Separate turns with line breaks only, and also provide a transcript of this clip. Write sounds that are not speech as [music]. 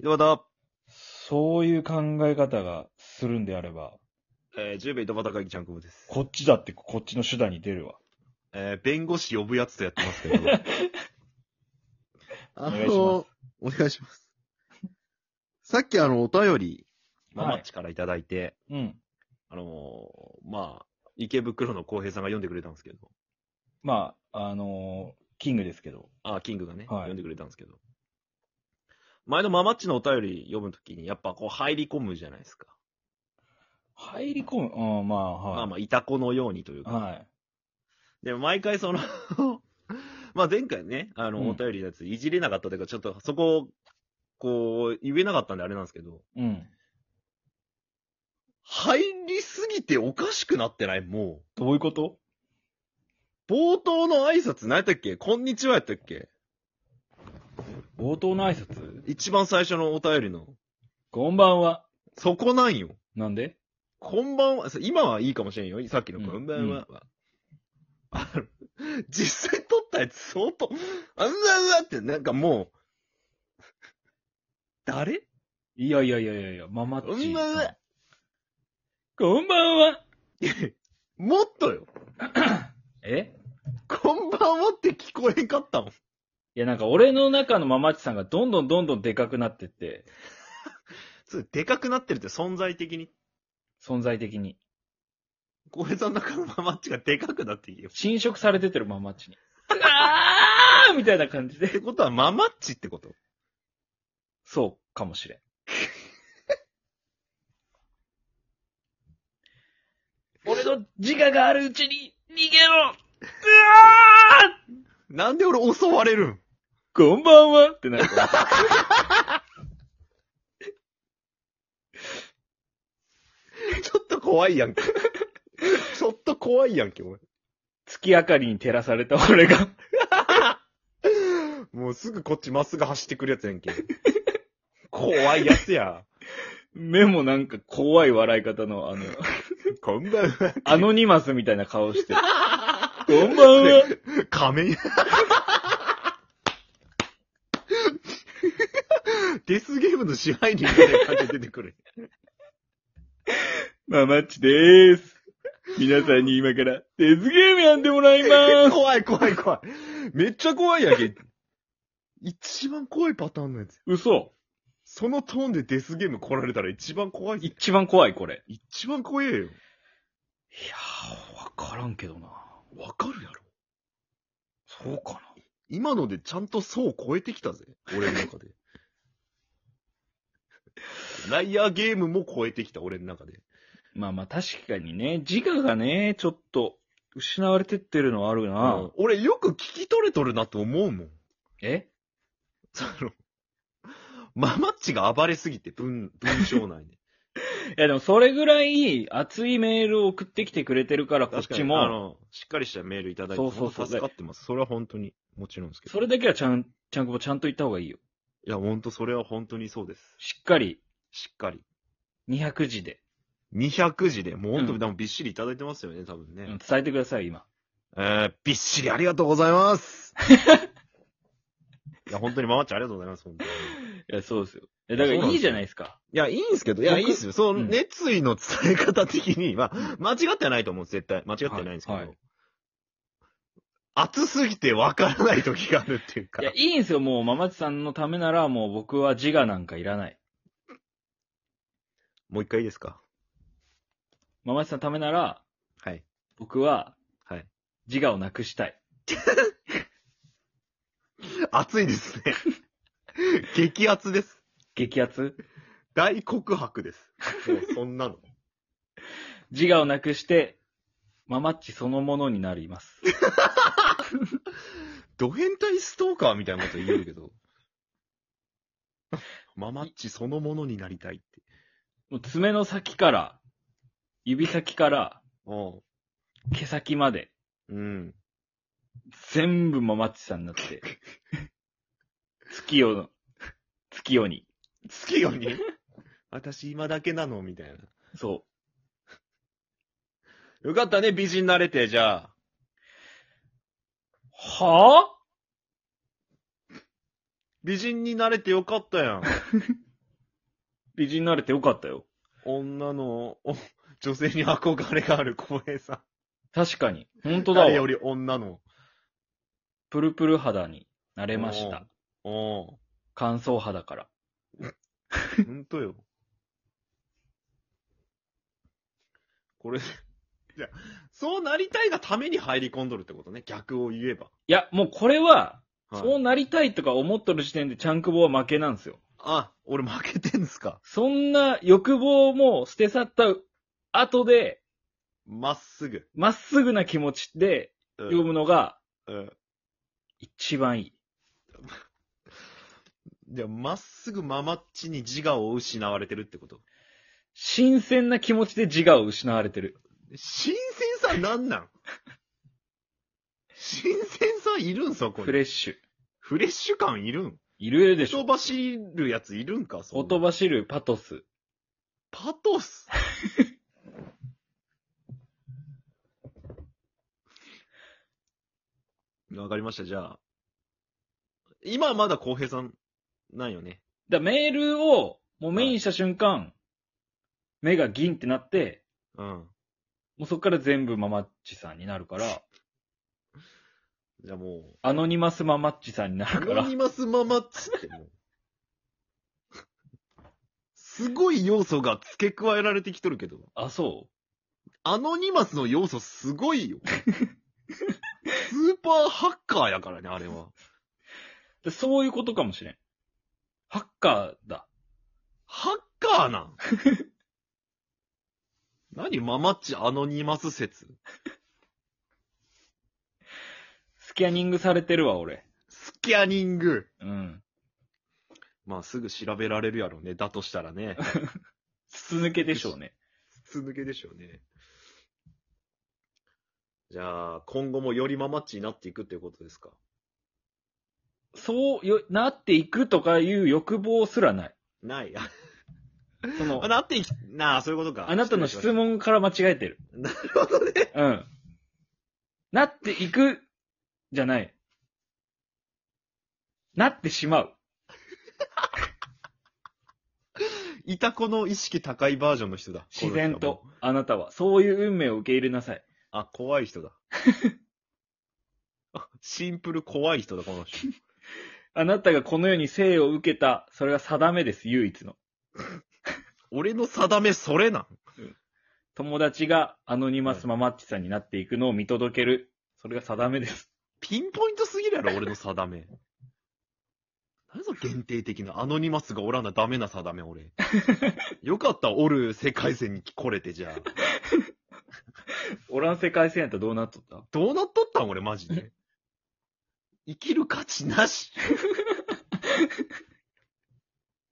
どうだ
そういう考え方がするんであれば、
えー、10名井戸端会議ちゃんこぶです。
こっちだってこっちの手段に出るわ。
えー、弁護士呼ぶやつとやってますけ
[laughs]
ど。
あ
願いしま
の、
す
お願いします。さっきあの、お便り、
ママッチからいただいて、
うん。
あのーまあ、池袋の浩平さんが読んでくれたんですけど、
まあ、あのーキングですけど。
あ、キングがね、
はい
読んでくれたんですけど。前のママッチのお便り読むときに、やっぱこう入り込むじゃないですか。
入り込む。うん、まあ、はい。
まあまあ、いたこのようにというか。
はい。
でも毎回その、 [laughs] まあ前回ね、あ
うん
の、お便りのやついじれなかったというか、ちょっとそこを、こう、言えなかったんであれなんですけど、
うん。
入りすぎておかしくなってないも
どういうこと
う、冒頭の挨拶何やったっけこんにちはやったっけ
冒頭の挨拶
一番最初のお便りの。
こんばんは。
そこなんよ。
なんで
こんばんは、今はいいかもしれんよ。さっきの
うん
こんばんは。あの実際撮ったやつ相当、あんなうわってなんかもう、誰
いやいやいやいやいや、ママッチ
こんばん
さん
は。
こんばんは。
もっとよ。
え
こんばんはって聞こえんかったもん。
いや、なんか俺の中のママッチさんがどんどんどんどんでかくなってって、
そうでかくなってるって存在的に。
存在的に。
小平さんの中のママッチがでかくなっていいよ。
侵食されてってるママッチに。うわーみたいな感じ
っ
で。
てことはママッチってこと
そう、かもしれん。 [laughs] 俺の自我があるうちに逃げろ
なんで俺襲われるん
こんばんはってなる。
ちょっと怖いやんけ。ちょっと怖いやんけ、俺。
[laughs] 月明かりに照らされた俺が。
もうすぐこっちまっすぐ走ってくるやつやんけ。怖いやつや。
目もなんか怖い笑い方の、あ [laughs] の、
こんばんは。
アノニマスみたいな顔 [laughs] して。こんばんは
仮面。デスゲームの支配人みたいな感じで出てくる。
ママッチでーす。皆さんに今から、デスゲームやんでもらいます。
[laughs] 怖い怖い怖い。めっちゃ怖いやんけ。一番怖いパターンのやつ。
嘘。
そのトーンでデスゲーム来られたら一番怖い。
一番怖い、これ。
一番怖えよ。
いやー、わからんけどな。
わかるやろ。
そうかな。
今のでちゃんと層を超えてきたぜ。俺の中で。 [laughs] ライアーゲームも超えてきた、俺の中で。
まあまあ確かにね、自我がね、ちょっと、失われてってるのはあるな。
うん俺よく聞き取れとるなと思うもん。
え
その、ママッチが暴れすぎて、文、文章内で。
いやでもそれぐらい熱いメールを送ってきてくれてるから、こっち
あ
も、
の、しっかりしたメールいただいて、
そうそうそ
本当
う
助かってます。それは本当に、もちろんですけど。
それだけはちゃん、ちゃんこぼちゃんと言った方がいいよ。
いや、本当それは本当にそうです。
しっかり、
しっかり。
200字で、
200字で、もう本当
うん
に、でもびっしりいただいてますよね、多分ね。
うん伝えてください、今。
えー、びっしりありがとうござい [laughs] ます。いや、本当にママッチありがとうございます、本当に。い
いや、そうですよ。いやだからいいじゃないですか。
や、いいんすけど、いや、い
僕
いんすよ。その
うん
熱意の伝え方的には、間違ってはないと思うんです、絶対。間違ってはないんですけど。
はいはい
熱すぎてわからない時があるっていうか
い。や、いいんですよ、もう、ママチさんのためなら、もう僕は自我なんかいらない。
もう一回いいですか
ママチさんのためなら、
はい。
僕は、
はい。
自我をなくしたい。
熱いですね。 [laughs] 激熱です。
激圧
大告白です。もうそんなの。
自我をなくして、ママッチそのものになります。
ド変態ストーカーみたいなこと言えるけ [laughs] ど。ママッチそのものになりたいって。
もう爪の先から、指先から、
お
毛先まで、
ううん。
全部ママッチさんになって、月夜の、月夜に、
月夜に [laughs] 私今だけなのみたいな。
そ
よかったね、美人なれて、じゃあ。
う。はぁ
美人になれてよかったやん。
美人になれてよかったよ。
女の、お女性に憧れがある小平さん。
確かに。本当だ
誰よ
わ。
り女の。
プルプル肌になれました。
おう
乾燥肌から。
ほんとよ。これ、じゃあそうなりたいがために入り込んどるってことね。逆を言えば。
いや、もうこれは、
はい
そうなりたいとか思っとる時点でチャンクボは負けなんですよ。
あ、俺負けてんすか。
そんな欲望も捨て去った後で、
まっすぐ。
まっすぐな気持ちで
うん
読むのが
うん
一番いい。
じゃあ、まっすぐママっちに自我を失われてるってこと。
新鮮な気持ちで自我を失われてる。
新鮮さなんなん新鮮さいるんそこ
フ
に。
レッシュ。
フレッシュ感いるん
いるでし
人
ょ。
走るやついるんかそんな
言葉知るパトス。
パトス [laughs] わかりました、じゃあ。今はまだ浩平さん、ないよね。
だからメールをもうメインした瞬間、目が銀ってなって、
うん。
もうそこから全部ママッチさんになるから、
じゃあも
アノニマスママッチさんにな
う、ア
るか
ノ
ら、
ニマスママっつってもう。 [laughs] すごい要素が付け加えられてきとるけど。
あ、そ
アノニマスの要素すごい [laughs] よ。スーパーハッカーやからね、あれは。
うでそういうことかもしれん。ハッカーだ。
ハッカーなん [laughs] 何ママッチアノニマス説
スキャニングされてるわ、俺。
スキャニング。
うん。
まあすぐ調べられるやろうね。だとしたらね。
筒抜けでしょうね。
筒抜けでしょうね。じゃあ、今後もよりママッチになっていくっていうことですか
そうよ、なっていくとかいう欲望すらない。 [laughs]
ない。
その
あ、なっていき、なあ、そういうことか。
あなたの質問から間違えてる。
なるほどね。
うん。なっていく、じゃない。なってしまう。
いたこの意識高いバージョンの人だ。
自
こ
然
の人はも
と
う。。
あなたは。そういう運命を受け入れなさい。
あ、怖い人
[laughs]
だ。あシンプル怖い人だ、この人。
あなたがこの世に生を受けた、それが定めです、唯一の。
俺の定めそれなん。
友達がアノニマスママッチさんになっていくのを見届ける。それが定めです。 [laughs]
ピンポイントすぎるやろ、俺の定め。何ぞ限定的な、アノニマスがおらなダメな定め、俺。よかった、おる世界線に来れて、じゃあ。
オラン世界線やったらどうなっとった
どうなっとったん、俺、マジで。生きる価値なし。